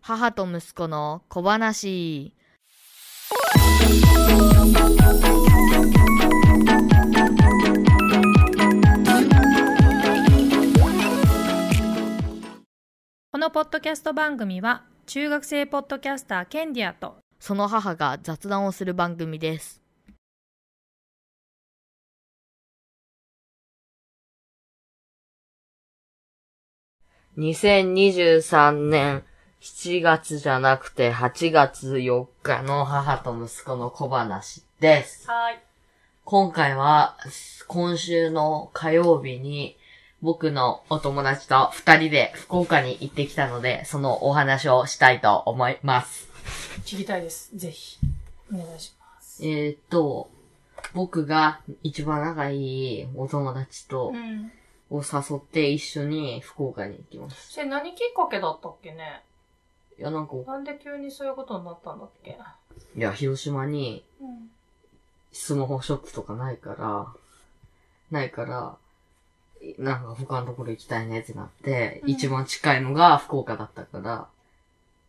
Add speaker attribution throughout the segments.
Speaker 1: 母と息子の小話。
Speaker 2: このポッドキャスト番組は中学生ポッドキャスターケンディアと
Speaker 1: その母が雑談をする番組です。2023年7月じゃなくて8月4日の母と息子の小話です。
Speaker 2: はい
Speaker 1: 今回は、今週の火曜日に、僕のお友達と二人で福岡に行ってきたので、そのお話をしたいと思います。
Speaker 2: 聞きたいですぜひお願いします
Speaker 1: えーっと、僕が一番仲いいお友達と、
Speaker 2: ん
Speaker 1: を誘って一緒に福岡に行きます。
Speaker 2: それ何きっかけだったっけね
Speaker 1: いや、なんか、
Speaker 2: なんで急にそういうことになったんだっけ
Speaker 1: いや、広島に
Speaker 2: うん
Speaker 1: スマホショップとかないから、ないから、なんか他のところ行きたいねってなって、
Speaker 2: うん
Speaker 1: 一番近いのが福岡だったから、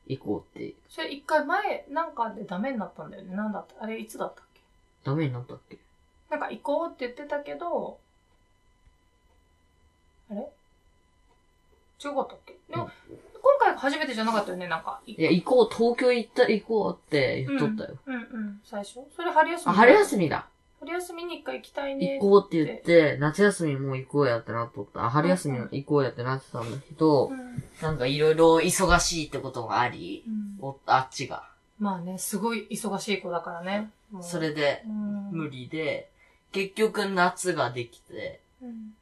Speaker 1: 行こうって。
Speaker 2: それ一回前なんかでダメになったんだよねなんだったあれいつだったっけ
Speaker 1: ダメになったっけ
Speaker 2: なんか行こうって言ってたけどあれ違かったっけでも、
Speaker 1: う
Speaker 2: 今回が初めてじゃなかったよねなんかい
Speaker 1: いや、行こう、東京行った、行こうって言っとったよ。
Speaker 2: うんうん最初それ春休み
Speaker 1: あ、春休みだ。
Speaker 2: 春休みに一回行きたいね
Speaker 1: 行こうって言って、夏休みもう行こうやってなっとった。あ、春休み
Speaker 2: うん
Speaker 1: 行こうやってなってたんだけど
Speaker 2: う、ん
Speaker 1: なんかいろいろ忙しいってことがあり、
Speaker 2: うん
Speaker 1: おあっちが。
Speaker 2: まあね、すごい忙しい子だからね。もう
Speaker 1: そ、れで、
Speaker 2: うん、
Speaker 1: 無理で、結局夏ができて、
Speaker 2: うん。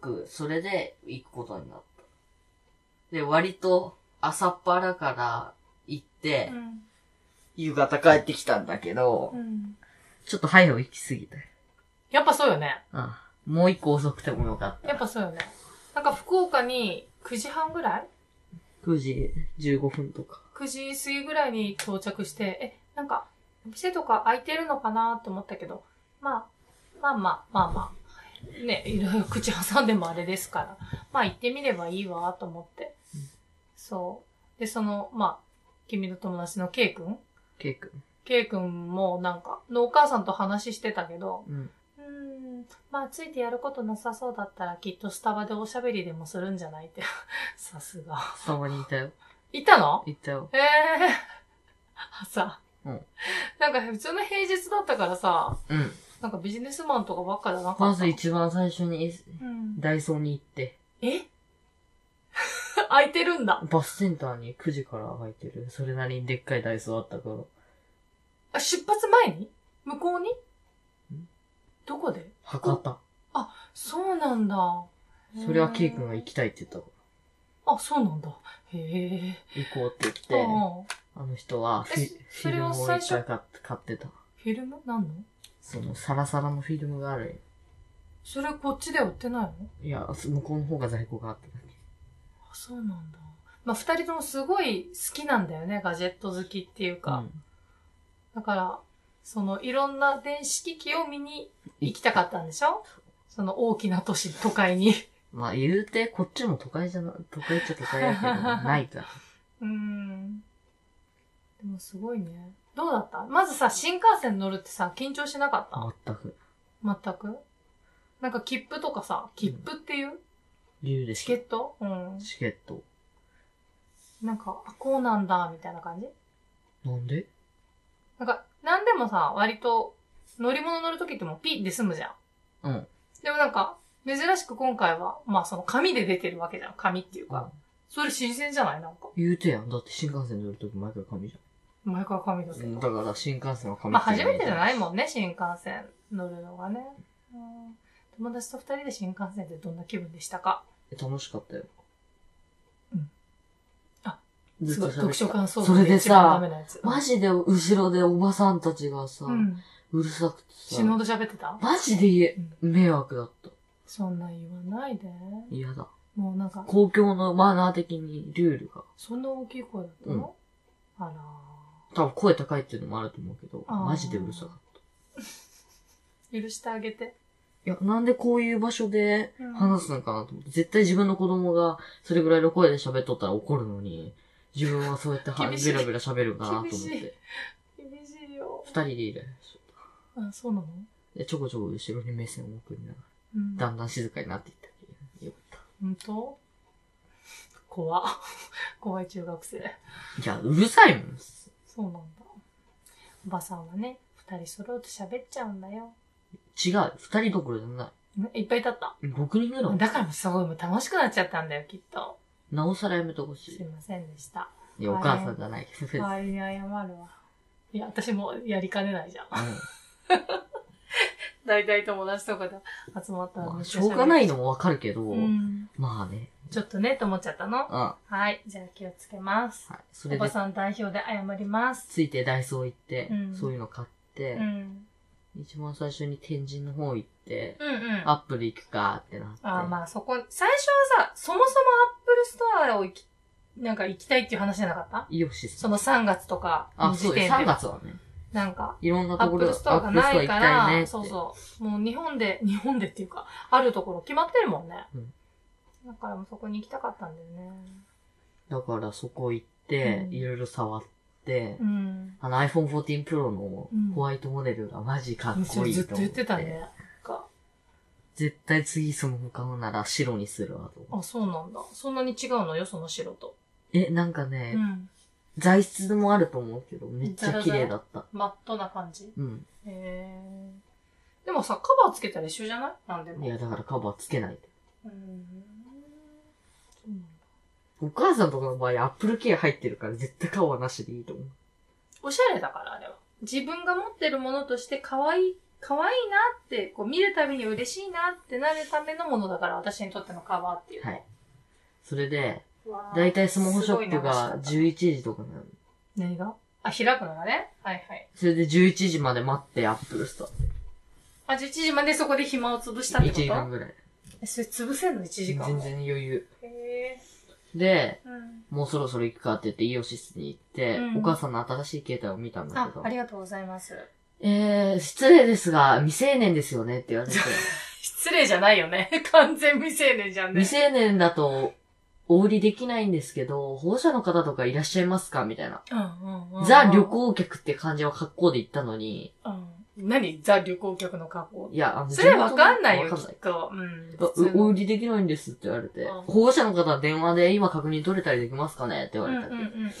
Speaker 1: く、それで行くことになった。で、割と朝っぱらから行って、
Speaker 2: うん。
Speaker 1: 夕方帰ってきたんだけど、
Speaker 2: うん。
Speaker 1: ちょっと早う行きすぎたよ。
Speaker 2: やっぱそうよね。
Speaker 1: ああもう一個遅くてもよかっ
Speaker 2: や
Speaker 1: た。
Speaker 2: っぱそうよね。なんか福岡に9時半ぐらい
Speaker 1: 9時15分とか。
Speaker 2: ?9 時過ぎぐらいに到着して、え、なんか、お店とか開いてるのかなって思ったけど、まあ、まあまあ、まあまあ。ね、いろいろ口挟んでもあれですから。まあ行ってみればいいわと思って。そう。で、その、まあ、君の友達の K 君
Speaker 1: ケイ君。
Speaker 2: K 君もなんか、のお母さんと話してたけど、
Speaker 1: うん。
Speaker 2: うーん、まあついてやることなさそうだったらきっとスタバでおしゃべりでもするんじゃないって。 さすが。
Speaker 1: スタバにいたよ。
Speaker 2: いたの
Speaker 1: 行ったよ。
Speaker 2: ええ 朝。
Speaker 1: うん
Speaker 2: なんか普通の平日だったからさ、
Speaker 1: うん。
Speaker 2: なんかビジネスマンとかばっかじゃなかった。
Speaker 1: まず一番最初に
Speaker 2: うん、
Speaker 1: ダイソーに行って、
Speaker 2: え 空いてるんだ。
Speaker 1: バスセンターに9時から開いてる。それなりにでっかいダイソーあったから、
Speaker 2: あ出発前に向こうにどこで
Speaker 1: 博多。
Speaker 2: そうなんだ。
Speaker 1: それはケイ君が行
Speaker 2: き。
Speaker 1: きたいって言ったか
Speaker 2: あ、そうなんだ。へえ。
Speaker 1: ら。行こうって
Speaker 2: う
Speaker 1: 言って、
Speaker 2: ん
Speaker 1: あの人はフィ、
Speaker 2: え
Speaker 1: フ
Speaker 2: そ
Speaker 1: ィルムをいっぱい買って買ってた。
Speaker 2: フィルムなんの
Speaker 1: その、サラサラのフィルムがある。
Speaker 2: それこっちでは売ってないの
Speaker 1: いや、向こうの方が在庫があっただけ。
Speaker 2: あそうなんだ。まあ、二人ともすごい好きなんだよね、ガジェット好きっていうか。
Speaker 1: うん
Speaker 2: だから、その、いろんな電子機器を見に行きたかったんでしょその大きな都市、都会に。
Speaker 1: まあ言うて、こっちも都会じゃな、都会っちゃ都会やけど、ない から。
Speaker 2: うーん。でもすごいね。どうだったまずさ、新幹線乗るってさ、緊張しなかった
Speaker 1: 全く。
Speaker 2: 全くなんか切符とかさ、切符っていう、
Speaker 1: 理由で
Speaker 2: チ
Speaker 1: し
Speaker 2: ケットうん。
Speaker 1: チケット。
Speaker 2: なんか、あ、こうなんだ、みたいな感じ
Speaker 1: なんで
Speaker 2: なんか、なんでもさ、割と、乗り物乗るときってもうピッで済むじゃん。
Speaker 1: うん。
Speaker 2: でもなんか、珍しく今回は、まあその紙で出てるわけじゃん。紙っていうか。それ新鮮じゃないなんか。
Speaker 1: 言うてやん。だって新幹線乗るとき毎回紙じ
Speaker 2: 前から紙だ
Speaker 1: ゃ
Speaker 2: け
Speaker 1: ん。うん
Speaker 2: ど。
Speaker 1: だから新幹線は紙
Speaker 2: まあ初めてじゃ
Speaker 1: い
Speaker 2: ないもんね、新幹線乗るのがね。うん友達と二人で新幹線ってどんな気分でしたか
Speaker 1: 楽しかったよ。
Speaker 2: うん。
Speaker 1: あ
Speaker 2: あ、
Speaker 1: ず
Speaker 2: す
Speaker 1: っと
Speaker 2: ごい、読書
Speaker 1: 喋って
Speaker 2: 感想
Speaker 1: それで
Speaker 2: 一番ダ
Speaker 1: さ、
Speaker 2: メなやつ。
Speaker 1: マジで後ろでおばさんたちがさ、
Speaker 2: うん。
Speaker 1: うるさくてさ
Speaker 2: 死ぬ、ほど喋ってた
Speaker 1: マジで言え
Speaker 2: うん
Speaker 1: 迷惑だった。
Speaker 2: そんな言わないで。
Speaker 1: 嫌だ。
Speaker 2: もうなんか、
Speaker 1: 公共のマナー的にルールが、
Speaker 2: そんな大きい声だったの、あらー
Speaker 1: 多分声高いっていうのもあると思うけど、
Speaker 2: あー
Speaker 1: マジでうるさかっ
Speaker 2: 許してあげて。
Speaker 1: いや、なんでこういう場所で話すのかなと思って、絶対自分の子供がそれぐらいの声で喋っとったら怒るのに、自分はそうやっては
Speaker 2: 厳しい
Speaker 1: ベラベラ喋るかなと
Speaker 2: 厳
Speaker 1: 思っ
Speaker 2: しい
Speaker 1: て。
Speaker 2: 厳しいよ
Speaker 1: 二。人でいる。
Speaker 2: あ、そうなの
Speaker 1: で、ちょこちょこ後ろに目線を送りなが
Speaker 2: うん。
Speaker 1: ら、だんだん静かになっていったけどよかっ
Speaker 2: 本当怖 怖い中学生。
Speaker 1: た。いや、うるさいもん。
Speaker 2: そうなんだ。おばさんはね、二人揃うと喋っちゃうんだよ。
Speaker 1: 違う。二人どころじゃな
Speaker 2: ねいっぱいだった。
Speaker 1: い。六人ぐらい。
Speaker 2: だからすごいもう楽しくなっちゃったんだよ、きっと。
Speaker 1: なおさらやめてほし
Speaker 2: すい
Speaker 1: い。
Speaker 2: ませんでした。
Speaker 1: いや、お母さんじゃないけど別
Speaker 2: 代
Speaker 1: に。
Speaker 2: わりに謝るわ。いや、私もやりかねないじゃん。大体友達とかで集まった
Speaker 1: うん
Speaker 2: ら
Speaker 1: ま
Speaker 2: め
Speaker 1: あ、
Speaker 2: っち
Speaker 1: し
Speaker 2: ゃ
Speaker 1: ょ
Speaker 2: 喋
Speaker 1: う
Speaker 2: る
Speaker 1: がないのもわかるけど、
Speaker 2: うん。
Speaker 1: まあね。
Speaker 2: ちょっとね、と思っちゃったの。
Speaker 1: あ、
Speaker 2: はい。じゃあ気をつけます。
Speaker 1: はい。そ
Speaker 2: お
Speaker 1: れ
Speaker 2: ば
Speaker 1: で、
Speaker 2: さん代表で謝ります。
Speaker 1: ついてダイソー行って、
Speaker 2: うん
Speaker 1: そういうの買っ
Speaker 2: う
Speaker 1: て、
Speaker 2: ん。
Speaker 1: 一番最初に天神の方行って、
Speaker 2: うんうん。
Speaker 1: アップル行くかってなって。
Speaker 2: あーまあそこ、最初はさ、そもそもアップルストアを行き、なんか行きたいっていう話じゃなかった
Speaker 1: イオシス。
Speaker 2: その3月とか
Speaker 1: あ、
Speaker 2: の時
Speaker 1: そうで
Speaker 2: 点
Speaker 1: す。
Speaker 2: で。
Speaker 1: 3月はね、
Speaker 2: なんか、
Speaker 1: いろんな
Speaker 2: ア
Speaker 1: とこ
Speaker 2: ッ
Speaker 1: ろ
Speaker 2: プルストアがないか
Speaker 1: アップルストア行きたいねって
Speaker 2: ら、そうそう。もう日本で、 日本でっていうか、あるところ決まってるもんね。
Speaker 1: うん
Speaker 2: だからもうそこに行きたかったんだよね。
Speaker 1: だからそこ行って、
Speaker 2: うん
Speaker 1: いろいろ触って、
Speaker 2: うん。
Speaker 1: あの iPhone 14 Pro の
Speaker 2: うん
Speaker 1: ホワイトモデルがマジかっ
Speaker 2: そ
Speaker 1: こ
Speaker 2: れ
Speaker 1: いい
Speaker 2: ずっ
Speaker 1: と
Speaker 2: と
Speaker 1: 思
Speaker 2: 言
Speaker 1: っ
Speaker 2: ってた
Speaker 1: て。
Speaker 2: ね。なんか
Speaker 1: 絶対次スマホ買うなら白にするわと思って。
Speaker 2: あ、そうなんだ。そんなに違うのよ、その白と。
Speaker 1: え、なんか
Speaker 2: う
Speaker 1: ね、
Speaker 2: ん。
Speaker 1: 材質もあると思うけど、めっちゃ綺麗だった。
Speaker 2: マットな感じ。
Speaker 1: うん。
Speaker 2: へえ。でもさ、カバーつけたら一緒じゃないなんでも。
Speaker 1: いや、だからカバーつけないで。
Speaker 2: うーんそうなんだ
Speaker 1: お母さんとかの場合、アップルケア入ってるから絶対カバーなしでいいと思う。
Speaker 2: おしゃれだから、あれは。自分が持ってるものとして可愛い、可愛いなって、こう見るたびに嬉しいなってなるためのものだから、私にとってのカバーっていうの
Speaker 1: はい。それで、
Speaker 2: わー
Speaker 1: だいたいスマホショップ
Speaker 2: す
Speaker 1: が
Speaker 2: ごい流し
Speaker 1: 11時とかなの。
Speaker 2: 何があ、開くのがね。はいはい。
Speaker 1: それで11時まで待って、アップルスト
Speaker 2: あ、11時までそこで暇を潰した
Speaker 1: ア。
Speaker 2: って
Speaker 1: 1
Speaker 2: こと
Speaker 1: 時間ぐらい。
Speaker 2: えそれ潰せんの ?1 時
Speaker 1: 全
Speaker 2: 間。
Speaker 1: 然余裕。
Speaker 2: へ
Speaker 1: で、
Speaker 2: ーうん。
Speaker 1: もうそろそろ行くかって言って、イオシスに行って、
Speaker 2: うん
Speaker 1: お母さんの新しい携帯を見たんだ
Speaker 2: あ
Speaker 1: け、ど
Speaker 2: あ、りがとうございます。
Speaker 1: えー、失礼ですが、未成年ですよねって言われて、
Speaker 2: 失礼じゃないよね。 完全未成年じゃんね。
Speaker 1: 未成年だと、お売りできないんですけど、保護者の方とかいらっしゃいますかみたいな。
Speaker 2: うんうんうんうん
Speaker 1: ザ旅行客って感じは格好で行ったのに、
Speaker 2: うん。何ザ旅行客の格好。
Speaker 1: いや、あの
Speaker 2: それわかんないよ、
Speaker 1: わか
Speaker 2: き
Speaker 1: んない
Speaker 2: っと。うん。
Speaker 1: あ
Speaker 2: 普通の
Speaker 1: お売りできないんですって言われて
Speaker 2: うん、
Speaker 1: 保護者の方は電話で今確認取れたりできますかねって言
Speaker 2: う
Speaker 1: わ
Speaker 2: ん
Speaker 1: れ
Speaker 2: う
Speaker 1: た
Speaker 2: ん
Speaker 1: け
Speaker 2: う
Speaker 1: ど、
Speaker 2: んうん。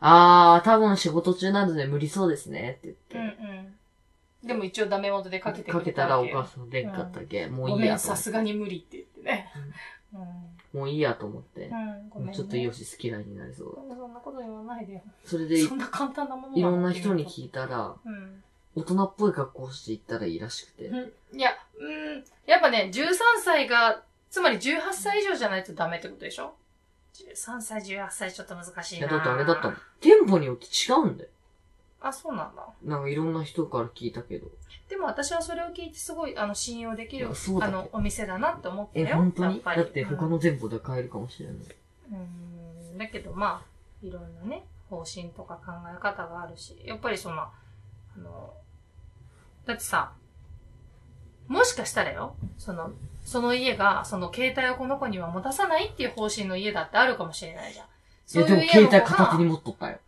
Speaker 1: あー、多分仕事中なので無理そうですねって
Speaker 2: う
Speaker 1: 言って、
Speaker 2: んうん。でも一応ダメ元でかけてく
Speaker 1: か
Speaker 2: れ
Speaker 1: け
Speaker 2: た
Speaker 1: た
Speaker 2: わ
Speaker 1: らお
Speaker 2: け
Speaker 1: 母さんでんかったけ、もう
Speaker 2: ご
Speaker 1: いい
Speaker 2: め
Speaker 1: や
Speaker 2: ん、
Speaker 1: と思
Speaker 2: さ
Speaker 1: っ
Speaker 2: す
Speaker 1: て、
Speaker 2: がに無理って言ってね。うん。
Speaker 1: もういいやと思って、
Speaker 2: うん、ごめん、ね。
Speaker 1: ちょっとイオシス嫌いになりそうだ。
Speaker 2: そんなこと言わないでよ。
Speaker 1: それで、い
Speaker 2: そんな簡単なもの
Speaker 1: ろんな人に
Speaker 2: い
Speaker 1: 聞いたら、
Speaker 2: うん。
Speaker 1: 大人っぽい格好して行ったらいいらしくて、
Speaker 2: うんいや、うん。やっぱね、13歳が、つまり18歳以上じゃないとダメってことでしょ ?13 歳、18歳ちょっと難し
Speaker 1: い
Speaker 2: いな
Speaker 1: や、だってあれだったの。店舗によって違うんだよ。
Speaker 2: あ、そうなんだ。
Speaker 1: なんかいろんな人から聞いたけど。
Speaker 2: でも私はそれを聞いてすごいあの信用できる
Speaker 1: あそうだ
Speaker 2: あ
Speaker 1: ね
Speaker 2: のお店だなって思った
Speaker 1: え、
Speaker 2: よ。
Speaker 1: 本当
Speaker 2: や
Speaker 1: に
Speaker 2: ぱり
Speaker 1: だって他の店舗で買えるかもしれない。
Speaker 2: うん、うんだけどまあいろんなね方針とか考え方があるしやっぱりそのあのだってさもしかしたらよそのその家がその携帯をこの子には持たさないっていう方針の家だってあるかもしれないじゃん。
Speaker 1: いや、でも
Speaker 2: 家
Speaker 1: 携
Speaker 2: の子
Speaker 1: 帯
Speaker 2: が
Speaker 1: 片手に持っとったよ。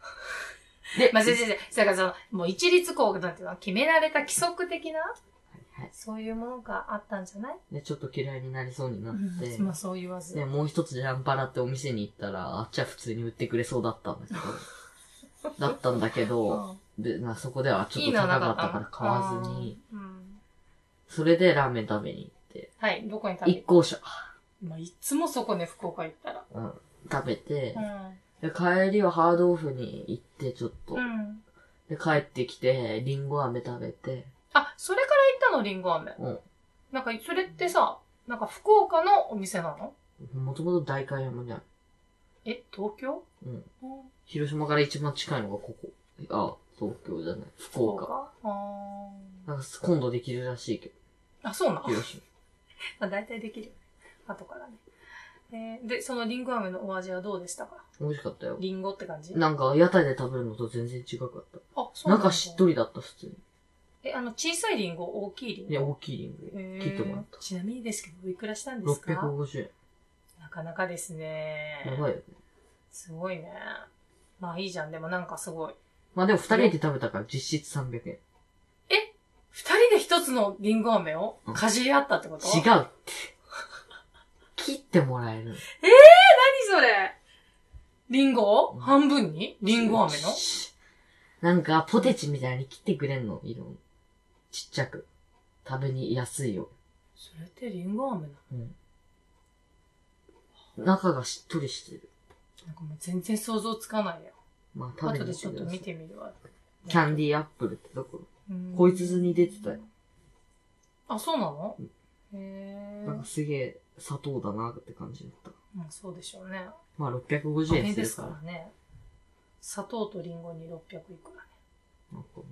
Speaker 1: で、
Speaker 2: まあ、先生、だからその、もう一律こう、なんていうの、決められた規則的な、
Speaker 1: はい
Speaker 2: そういうものがあったんじゃない
Speaker 1: で、ちょっと嫌いになりそうになっ
Speaker 2: うんまあ
Speaker 1: て、
Speaker 2: そう言わず。
Speaker 1: で、もう一つジャンパラってお店に行ったら、あっちは普通に売ってくれそうだったん だけど、だったんだけど、で、まあそこではちょっと高かったから買わずに、。
Speaker 2: いいのはなかったのうん。
Speaker 1: それでラーメン食べに行って、
Speaker 2: はい、どこに食べ
Speaker 1: 一
Speaker 2: る
Speaker 1: 校舎、
Speaker 2: まあ、いつもそこね、福岡行ったら。
Speaker 1: うん、食べて、
Speaker 2: う
Speaker 1: で帰りはハードオフに行って、ちょっと。
Speaker 2: ん。うん。
Speaker 1: で、帰ってきて、リンゴ飴食べて、
Speaker 2: あ、それから行ったの、りんご飴。
Speaker 1: うん。
Speaker 2: なんか、それってさ、なんか福岡のお店なの
Speaker 1: もともと代官山にある。
Speaker 2: え、東京
Speaker 1: うん。
Speaker 2: うん
Speaker 1: 広島から一番近いのがここ。あ、東京じゃない。福
Speaker 2: 福
Speaker 1: 岡。
Speaker 2: 岡あ
Speaker 1: なんか今度できるらしいけ
Speaker 2: ーあ、そうな
Speaker 1: ど、
Speaker 2: の
Speaker 1: 広島。
Speaker 2: まあ、大体できるよね。後からね。えーで、そのりんご飴のお味はどうでしたか
Speaker 1: 美味しかったよ。
Speaker 2: りんごって感じ
Speaker 1: なんか屋台で食べるのと全然違かっ
Speaker 2: あ、そ
Speaker 1: た。な
Speaker 2: うな
Speaker 1: んん
Speaker 2: だ
Speaker 1: かしっとりだった、普通に。
Speaker 2: え、あの、小さいリンゴ、大きいリン
Speaker 1: い
Speaker 2: ゴ。
Speaker 1: や、大きいリングで切ってもらっ
Speaker 2: えーちなみにですけど、おいくらしたんです
Speaker 1: た。
Speaker 2: か
Speaker 1: 650
Speaker 2: なかなかですね。
Speaker 1: 円。やばいよね。
Speaker 2: すごいね。まあいいじゃん。でもなんかすごい。
Speaker 1: まあでも二人で食べたから実質300円。
Speaker 2: 二人で一つのリンゴ飴をかじり合ったってこと、
Speaker 1: 違
Speaker 2: 何
Speaker 1: うって。切ってもらえる。
Speaker 2: それリンゴを、
Speaker 1: うん
Speaker 2: 半分にリンゴ飴の
Speaker 1: なんか、ポテチみたいに切ってくれんの、色々ちっちゃく。食べに安いよ。
Speaker 2: それってリンゴ飴なの
Speaker 1: うん。中がしっとりしてる。
Speaker 2: なんかもう全然想像つかないよ。
Speaker 1: まあ食べ
Speaker 2: 後
Speaker 1: に
Speaker 2: で
Speaker 1: 来
Speaker 2: ちょ
Speaker 1: てく
Speaker 2: っと
Speaker 1: ださ
Speaker 2: 見
Speaker 1: い。
Speaker 2: てみるわ。
Speaker 1: キャンディーアップルってところ。
Speaker 2: うん
Speaker 1: こいつ図に出てたよ。
Speaker 2: あ、そうなの
Speaker 1: う
Speaker 2: へえ。
Speaker 1: なんかすげえ砂糖だなって感じだった。
Speaker 2: うん、そうでしょうね。
Speaker 1: まあ650
Speaker 2: あ
Speaker 1: 円
Speaker 2: れ
Speaker 1: す
Speaker 2: で
Speaker 1: る
Speaker 2: す
Speaker 1: か。
Speaker 2: かららね。砂糖とリンゴに600いくらね。
Speaker 1: なんかこ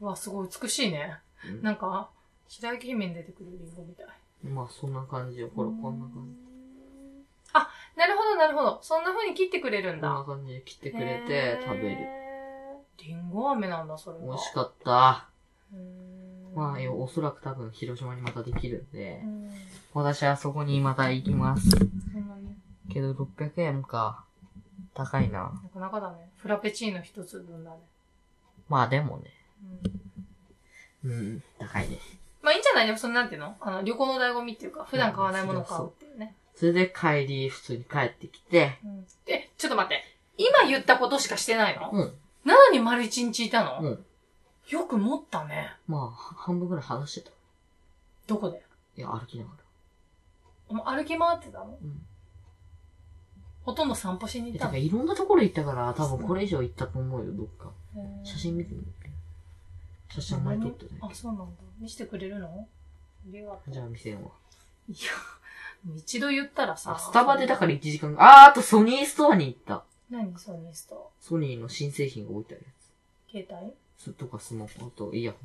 Speaker 2: うわ、すごい美しいね。
Speaker 1: んな感
Speaker 2: なんか、白雪姫に出てくるリンゴみたい。
Speaker 1: じうんまあそんな感じよ。ほら、こんな感じ。
Speaker 2: じ。あ、なるほど、なるほど。そんな風に切ってくれる
Speaker 1: こ
Speaker 2: ん
Speaker 1: ん
Speaker 2: だ
Speaker 1: な。感じで切ってくれて食べる。
Speaker 2: へー。リンゴ飴なんだ、それは。
Speaker 1: 美味しかった。
Speaker 2: うーん
Speaker 1: まあ、よおそらく多分広島にまたできるんで
Speaker 2: う、ん
Speaker 1: 私はそこにまた行きます。
Speaker 2: そんなね、
Speaker 1: けど600円か。高いな。
Speaker 2: なかなかだね。フラペチーノ一つ分だね。
Speaker 1: まあでもね。
Speaker 2: うん
Speaker 1: うん、高いね。
Speaker 2: まあいいんじゃないでもそのなんていうのあの、旅行の醍醐味っていうか、普段買わないものを買うっていうね。
Speaker 1: それで帰り、普通に帰ってきて、
Speaker 2: うん。え、ちょっと待って。今言ったことしかしてないの
Speaker 1: うん。
Speaker 2: なのに丸一日いたの
Speaker 1: うん。
Speaker 2: よく持ったね。
Speaker 1: まあ、半分ぐらい話してた。
Speaker 2: どこで
Speaker 1: いや、歩きながら。
Speaker 2: お前歩き回ってたの
Speaker 1: うん。
Speaker 2: ほとんど散歩しに行
Speaker 1: え、
Speaker 2: っ
Speaker 1: だ
Speaker 2: た
Speaker 1: から
Speaker 2: の
Speaker 1: いろんなところ行ったから、多分これ以上行ったと思うよ、どっか。写真見てみる写真あんまり撮ってない。
Speaker 2: あ、そうなんだ。見せてくれるのありがとう。
Speaker 1: じゃあ見せよう。
Speaker 2: いや、一度言ったらさ。
Speaker 1: あ、スタバでだから1時間、あー、あとソニーストアに行った。
Speaker 2: 何ソニースト
Speaker 1: ソニーの新製品が置いてあるや
Speaker 2: 携帯
Speaker 1: つ。すとかスマホ、あとイヤホ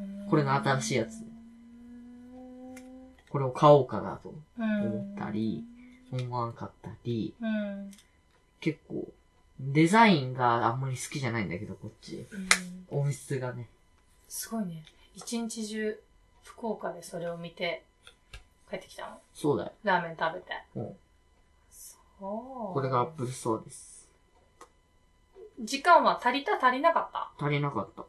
Speaker 1: ン。
Speaker 2: うーん
Speaker 1: これの新しいやつ
Speaker 2: うー
Speaker 1: これを買おうかなと
Speaker 2: ん
Speaker 1: 思ったり、思わんかったり、
Speaker 2: うん。
Speaker 1: 結構、デザインがあんまり好きじゃないんだけど、こっち。
Speaker 2: うん
Speaker 1: 音質がね。
Speaker 2: すごいね。一日中、福岡でそれを見て、帰ってきたの
Speaker 1: そうだよ。
Speaker 2: ラーメン食べて。
Speaker 1: うん
Speaker 2: そう。
Speaker 1: これがアップルストアです。
Speaker 2: 時間は足りた足りなかった
Speaker 1: 足りなかった。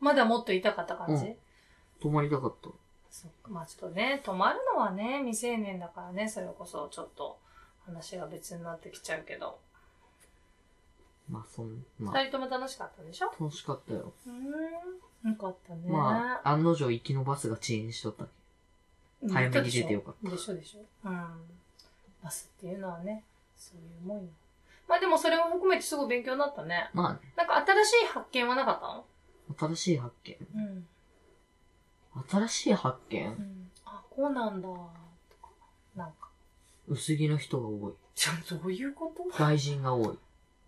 Speaker 2: まだもっといたかった感じ、
Speaker 1: うん泊まりたかった。
Speaker 2: そっか。まあちょっとね、泊まるのはね、未成年だからね、それこそちょっと話が別になってきちゃうけど。
Speaker 1: まあ、そん、
Speaker 2: 二、
Speaker 1: まあ、
Speaker 2: 人とも楽しかったでしょ
Speaker 1: 楽しかったよ。
Speaker 2: うーん。よかったね。
Speaker 1: まあ、案の定行きのバスが遅延しとった。
Speaker 2: うん
Speaker 1: 早めに出てよかった
Speaker 2: でしょでしょ。うん。バスっていうのはね、そういうもんよ。まあでもそれを含めてすごい勉強になったね。
Speaker 1: まあね、
Speaker 2: なんか新しい発見はなかったの
Speaker 1: 新しい発見。
Speaker 2: うん。
Speaker 1: 新しい発見
Speaker 2: うん。あ、こうなんだ。とか。なんか。
Speaker 1: 薄着の人が多い。
Speaker 2: じゃあどういうこと
Speaker 1: 外人が多い。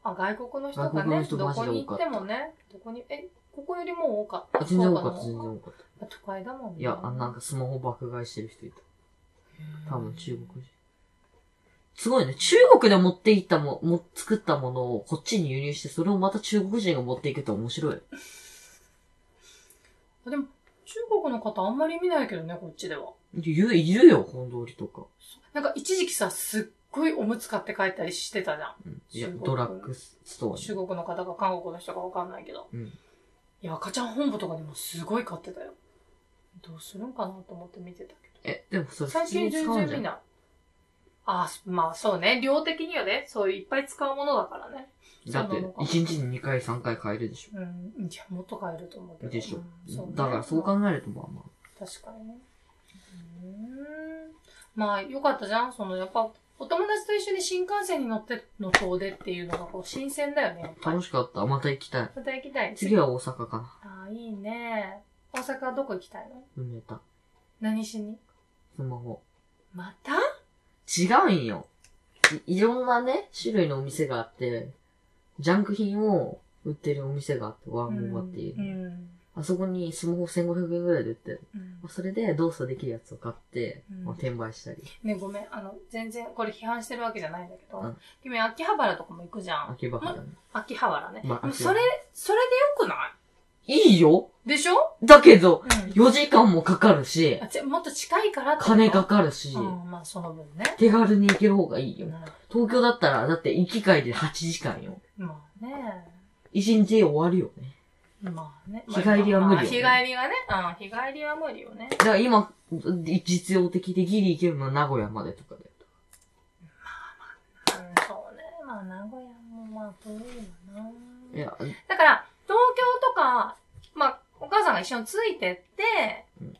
Speaker 2: あ、外国の人が
Speaker 1: 外国
Speaker 2: ね、
Speaker 1: の人
Speaker 2: ど
Speaker 1: マジ
Speaker 2: こ
Speaker 1: で
Speaker 2: に
Speaker 1: 多
Speaker 2: 行
Speaker 1: か
Speaker 2: っ
Speaker 1: ってた
Speaker 2: もね、どこに、え、ここよりも多かった。
Speaker 1: あ全然多かっ
Speaker 2: 福
Speaker 1: た、
Speaker 2: 岡
Speaker 1: 全然
Speaker 2: の方
Speaker 1: 多かっ
Speaker 2: が都会だも
Speaker 1: た。
Speaker 2: んね。
Speaker 1: いや、あなんかスマホ爆買いしてる人いた。多分中国人。すごいね。中国で持っていったも、も、作ったものをこっちに輸入して、それをまた中国人が持っていくって面白い。
Speaker 2: あでも、中国の方あんまり見ないけどね、こっちでは。
Speaker 1: いる、いるよ、本通りとか。
Speaker 2: なんか一時期さ、すっごいおむつ買って帰ったりしてたじゃん。
Speaker 1: うん。いや、
Speaker 2: 中国
Speaker 1: ドラッグストアに
Speaker 2: 中。国の方か韓国の人かわかんないけど。
Speaker 1: うん。
Speaker 2: いや、赤ちゃん本部とかでもすごい買ってたよ。どうするんかなと思って見てたけ
Speaker 1: え、でもそ
Speaker 2: ど。
Speaker 1: れ
Speaker 2: 最
Speaker 1: 普通
Speaker 2: 近
Speaker 1: に
Speaker 2: 全
Speaker 1: 使うん
Speaker 2: 然
Speaker 1: じゃ
Speaker 2: 見
Speaker 1: ん。
Speaker 2: ない。あ、まあそうね。量的にはね、そういういっぱい使うものだからね。
Speaker 1: だって、
Speaker 2: そうなのか
Speaker 1: 1日に2回、3回買えるでし
Speaker 2: うん。いや、もっと買えると思うけ
Speaker 1: ょ。
Speaker 2: ど。
Speaker 1: でしょ
Speaker 2: うんそうね。
Speaker 1: だからそう考えるとまあま
Speaker 2: 確かにね。うーん。まあ、よかったじゃんその、やっぱ、お友達と一緒に新幹線に乗って、の遠出っていうのがこう、新鮮だよね、やっ
Speaker 1: あ。
Speaker 2: ぱり。
Speaker 1: 楽しかった。また行きたい。
Speaker 2: また行きたい。
Speaker 1: 次は大阪かな。
Speaker 2: ああ、いいね。大阪はどこ行きたいの
Speaker 1: 埋めた。
Speaker 2: 何しに
Speaker 1: スマホ。
Speaker 2: また
Speaker 1: 違うんよ。いいろんなね、種類のお店があって、ジャンク品を売ってるお店があって、ワンモアっていう。
Speaker 2: ん。
Speaker 1: あそこにスマホ1500円ぐらいで売ってる。
Speaker 2: うん
Speaker 1: まあそれで動作できるやつを買って、
Speaker 2: うん
Speaker 1: まあ、転売したり、
Speaker 2: ね、ごめん、あの、全然、これ批判してるわけじゃないんだけど、
Speaker 1: うん
Speaker 2: 君、秋葉原とかも行くじゃん。
Speaker 1: 秋葉原に。
Speaker 2: 秋葉原ね。
Speaker 1: まあ
Speaker 2: もう
Speaker 1: 秋
Speaker 2: そ
Speaker 1: 葉
Speaker 2: れ
Speaker 1: 原、
Speaker 2: それでよくない
Speaker 1: いいよ
Speaker 2: でしょ
Speaker 1: だけど、
Speaker 2: う
Speaker 1: 4時間もかかるし
Speaker 2: ん。あ、、ちもっと近いからってこと
Speaker 1: 金かかるし、
Speaker 2: うん、まあその分ね。
Speaker 1: 手軽に行ける方がいいよ。
Speaker 2: なる
Speaker 1: 東京だったら、だって行き帰りで8時間よ。
Speaker 2: まあね。
Speaker 1: 一日終わるよね。
Speaker 2: まあね。
Speaker 1: 日帰りは無理よね
Speaker 2: まあ日帰りはね。うん、日帰りは無理よね。
Speaker 1: だから今、実用的でギリ行けるのは名古屋までとかで。
Speaker 2: うん、そうね。まあ名古屋もまあ遠いわ
Speaker 1: い
Speaker 2: な。
Speaker 1: や、
Speaker 2: だから、東京とか、まあ、お母さんが一緒についてって、
Speaker 1: うん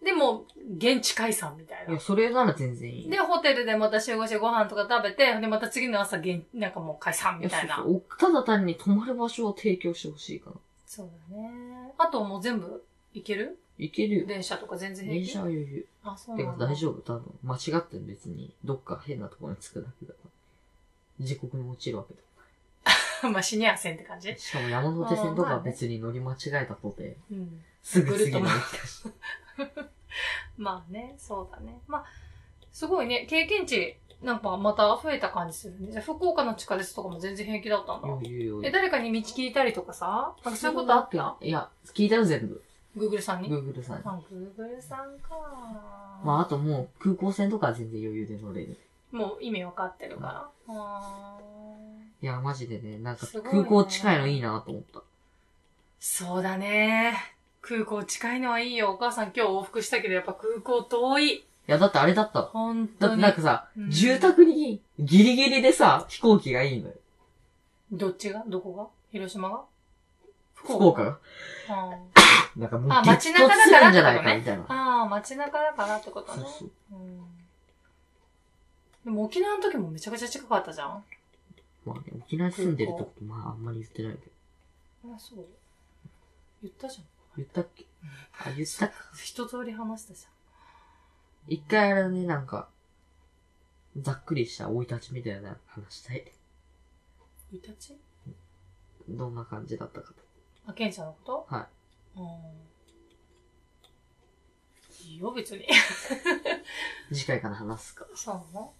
Speaker 2: でも、現地解散みたい
Speaker 1: い
Speaker 2: な
Speaker 1: や、。それなら全然いい。
Speaker 2: で、ホテルでまた集合してご飯とか食べて、で、また次の朝、げんなんかもう解散みたいな。
Speaker 1: や
Speaker 2: そ
Speaker 1: そううそうおただ単に泊まる場所を提供してほしいから。
Speaker 2: だね。あともう全部行ける
Speaker 1: 行けるよ。
Speaker 2: 電車とか全然平
Speaker 1: 電
Speaker 2: 気
Speaker 1: 車は余裕。
Speaker 2: あ、そう
Speaker 1: て
Speaker 2: な
Speaker 1: か
Speaker 2: んだ。
Speaker 1: 大丈夫、多分。間違っても別に、どっか変なところに着くだけだから。時刻に落ちるわけだ。
Speaker 2: 夫。 まあ、死にやせんって感じ。
Speaker 1: しかも山手線と
Speaker 2: あーま
Speaker 1: かは
Speaker 2: あね
Speaker 1: 別に乗り間違えたとて、
Speaker 2: うん。
Speaker 1: すぐ次
Speaker 2: ぐるっと
Speaker 1: の
Speaker 2: 回
Speaker 1: 駅
Speaker 2: る
Speaker 1: だし。
Speaker 2: まあね、そうだね。まあ、すごいね、経験値、なんかまた増えた感じするね。じゃあ福岡の地下鉄とかも全然平気だったんだ。
Speaker 1: 余裕
Speaker 2: え、
Speaker 1: 余裕。
Speaker 2: 誰かに道聞いたりとかさ、なんかそういうことあ
Speaker 1: だ
Speaker 2: っ
Speaker 1: けいや、聞いたよ全部。
Speaker 2: グーグルさんに。
Speaker 1: Google さんに。
Speaker 2: あ、グーグルさんか。
Speaker 1: まあ、あともう、空港線とかは全然余裕で乗れる。
Speaker 2: もう意味わかってるから。あー
Speaker 1: いや、マジでね、なんか
Speaker 2: すごいね
Speaker 1: 空港近いのいいなと思った。
Speaker 2: そうだね。空港近いのはいいよ。お母さん今日往復したけど、やっぱ空港遠い。
Speaker 1: いや、だってあれだった。
Speaker 2: 本
Speaker 1: だっ
Speaker 2: 当
Speaker 1: て
Speaker 2: に
Speaker 1: なん。かさ、
Speaker 2: うん
Speaker 1: 住宅にギリギリでさ、飛行機がいいのよ。
Speaker 2: どっちがどこが広島が
Speaker 1: 福岡が。
Speaker 2: あ
Speaker 1: なんかもう
Speaker 2: あ、
Speaker 1: 激
Speaker 2: 街
Speaker 1: 突
Speaker 2: 中だ
Speaker 1: す
Speaker 2: から
Speaker 1: る
Speaker 2: っ
Speaker 1: ん
Speaker 2: て
Speaker 1: じ
Speaker 2: こ
Speaker 1: ゃな
Speaker 2: と
Speaker 1: いか
Speaker 2: ね
Speaker 1: みたい。な。
Speaker 2: ああ、街中だからってこと
Speaker 1: そ
Speaker 2: ね
Speaker 1: う。そう。
Speaker 2: うんでも沖縄の時もめちゃくちゃ近かったじゃんあ、
Speaker 1: まあね、沖縄に住んでるってこと、まああんまり言ってないけど。
Speaker 2: そう。言ったじゃん。
Speaker 1: 言ったっけあ、言ったっけ
Speaker 2: 一通り話したじ
Speaker 1: 一回あれね、なんか、ざっくりした生い立ちみたいな話したい。
Speaker 2: ゃん。いたち
Speaker 1: どんな感じだったか
Speaker 2: あ、ケンちゃんのこと。
Speaker 1: はい
Speaker 2: うん。いいよ、別に。
Speaker 1: と。次回から話すか。
Speaker 2: そうなの、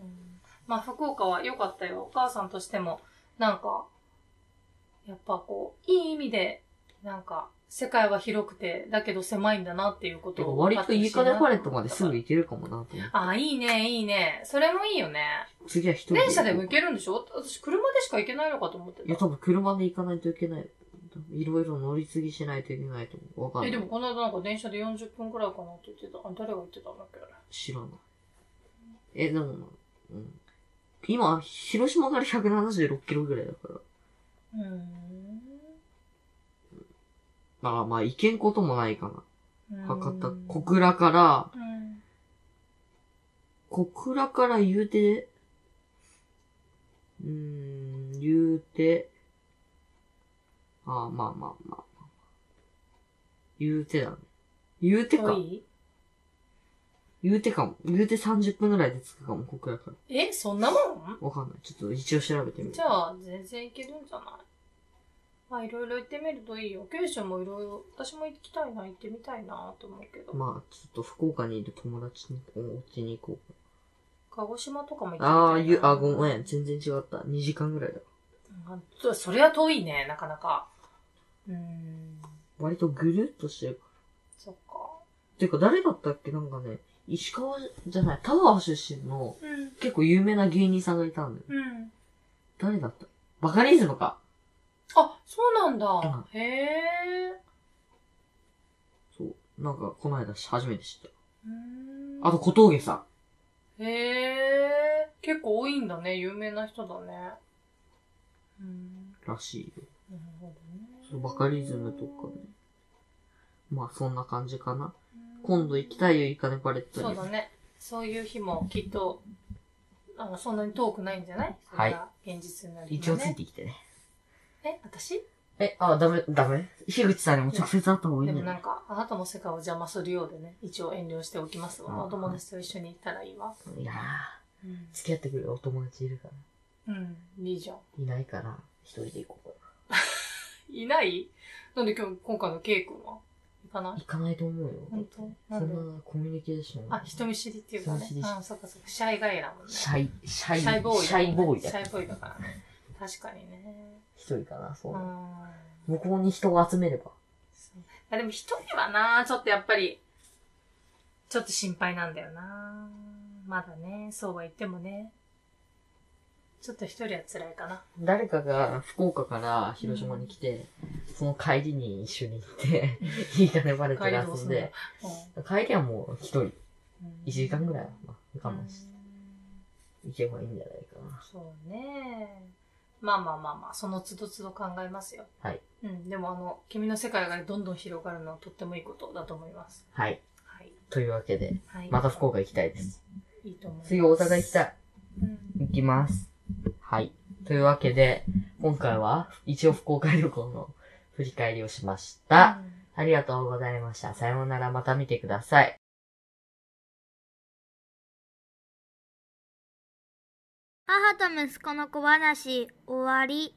Speaker 2: うん、まあ、福岡は良かったよ。お母さんとしても、なんか、やっぱこう、いい意味で、なんか、世界は広くて、だけど狭いんだなっていうこ
Speaker 1: て
Speaker 2: と
Speaker 1: か
Speaker 2: を
Speaker 1: 割とイカネ
Speaker 2: 分かってほしいな
Speaker 1: パレットまですぐ行けるかもなと思って。
Speaker 2: あ、いいね、いいね。それもいいよね。
Speaker 1: 次は一人
Speaker 2: 電車でも行
Speaker 1: い
Speaker 2: けるんでしょ私、車でしか行けないのかと思って
Speaker 1: や、
Speaker 2: た。
Speaker 1: 多分車で行かないといけない。いろいろ乗り継ぎしないといけないと思う。わか
Speaker 2: え、
Speaker 1: ん
Speaker 2: で
Speaker 1: ない
Speaker 2: も。この間なんか電車で40分くらいかなって言ってた。あ誰が言ってたんだっけあれ
Speaker 1: 知らない。え、でも、うん。今、広島から176キロぐらいだから。
Speaker 2: うーん
Speaker 1: まあまあ、行けんこともないか
Speaker 2: う
Speaker 1: な。
Speaker 2: ん。
Speaker 1: 博多、小倉から、
Speaker 2: うん。
Speaker 1: 小倉から言うて、うーん、言うて、ああ、まあまあまあまあまあ。言うてだね。言うて
Speaker 2: 遠
Speaker 1: か。
Speaker 2: い
Speaker 1: 言うてかも。言うて30分ぐらいで着くかも、小倉から。
Speaker 2: え、そんなもん
Speaker 1: わかんない。ちょっと一応調べてみる。
Speaker 2: じゃあ、全然行けるんじゃないまあ、いろいろ行ってみるといいよ。九州もいろいろ、私も行きたいな、行ってみたいなと思うけど。
Speaker 1: まあ、ちょっと福岡にいる友達にお家に行こう
Speaker 2: 鹿児島とかも行ってみ
Speaker 1: か。
Speaker 2: たいな。
Speaker 1: ああ、ゆ、あ、ごめん。全然違った。2時間ぐらいだ。
Speaker 2: うん。そそれは遠いね、なかなか。うーん。
Speaker 1: 割とぐるっとしてる
Speaker 2: そっか。
Speaker 1: ていうか誰だったっけなんかね、石川じゃない、田川出身の
Speaker 2: うん。
Speaker 1: 結構有名な芸人さんがいたんだよ。
Speaker 2: うん。
Speaker 1: 誰だったバカリズムか。
Speaker 2: あ、そうなんだ。
Speaker 1: う
Speaker 2: へえ。
Speaker 1: そう。なんか、この間初めて知っ
Speaker 2: うーん
Speaker 1: た。あと、小峠さん。
Speaker 2: へえ。結構多いんだね。有名な人だね。うーん。
Speaker 1: らしいよ。
Speaker 2: なるほ
Speaker 1: そ
Speaker 2: ど
Speaker 1: う
Speaker 2: ね。
Speaker 1: バカリズムとかね。まあ、そんな感じかな。
Speaker 2: うん
Speaker 1: 今度行きたいよ、イカネパレットに。
Speaker 2: そうだね。そういう日もきっと、あの、そんなに遠くないんじゃないそ
Speaker 1: は
Speaker 2: れ
Speaker 1: い
Speaker 2: が現実になる、ね。
Speaker 1: 一応ついてきてね。
Speaker 2: え、私
Speaker 1: え、あ、ダメ、ダメ樋口さんにも直接会った方がい
Speaker 2: で
Speaker 1: いん
Speaker 2: も
Speaker 1: じゃ
Speaker 2: な
Speaker 1: ない
Speaker 2: んか、あなたも世界を邪魔するようでね、一応遠慮しておきます
Speaker 1: あ
Speaker 2: わ。お友達と一緒に行ったらいいわ。
Speaker 1: いやー、
Speaker 2: うん。
Speaker 1: 付き合ってくれるお友達いるから。
Speaker 2: うん、いいじゃん。
Speaker 1: いないから、一人で行こうか
Speaker 2: いないなんで今日、今回のケイ君は行かない
Speaker 1: 行かないと思うよ。
Speaker 2: 本当な
Speaker 1: そ
Speaker 2: んで
Speaker 1: んなコミュニケーション。
Speaker 2: あ、人見知りっていうかね。
Speaker 1: 人見知り
Speaker 2: あ、そうかそうか。シャイガイだもんね。
Speaker 1: シャイ、シャイ、
Speaker 2: シャイボーイ
Speaker 1: シャイボーイ
Speaker 2: だ
Speaker 1: だ
Speaker 2: からね。シャイボーイだからね。確かにね。
Speaker 1: 一人かな、そうう。
Speaker 2: ん。
Speaker 1: 向こうに人を集めれば。
Speaker 2: そうあでも一人はな、ちょっとやっぱり、ちょっと心配なんだよな。まだね、そうは言ってもね。ちょっと一人は辛いかな。
Speaker 1: 誰かが福岡から広島に来て、その帰りに一緒に行って、 いい金バレて
Speaker 2: 帰りど
Speaker 1: 遊
Speaker 2: うす
Speaker 1: ん
Speaker 2: んだよ
Speaker 1: で、帰りはもう一人、
Speaker 2: うん
Speaker 1: 一時間ぐらいは、まあ、
Speaker 2: う
Speaker 1: 我慢
Speaker 2: ん
Speaker 1: して、行けばいいんじゃないかな。
Speaker 2: そうね。まあまあまあまあ、その都度都度考えますよ。
Speaker 1: はい。
Speaker 2: うん、でもあの、君の世界がどんどん広がるのはとってもいいことだと思います。
Speaker 1: はい。
Speaker 2: はい。
Speaker 1: というわけで、
Speaker 2: はい。
Speaker 1: また福岡行きたいです。
Speaker 2: いいと思います。
Speaker 1: 次大阪行きたい。
Speaker 2: うん
Speaker 1: 行きます。はい。というわけで、今回は一応福岡旅行の振り返りをしました。
Speaker 2: うん
Speaker 1: ありがとうございました。さようなら、また見てください。
Speaker 3: 母と息子の小話終わり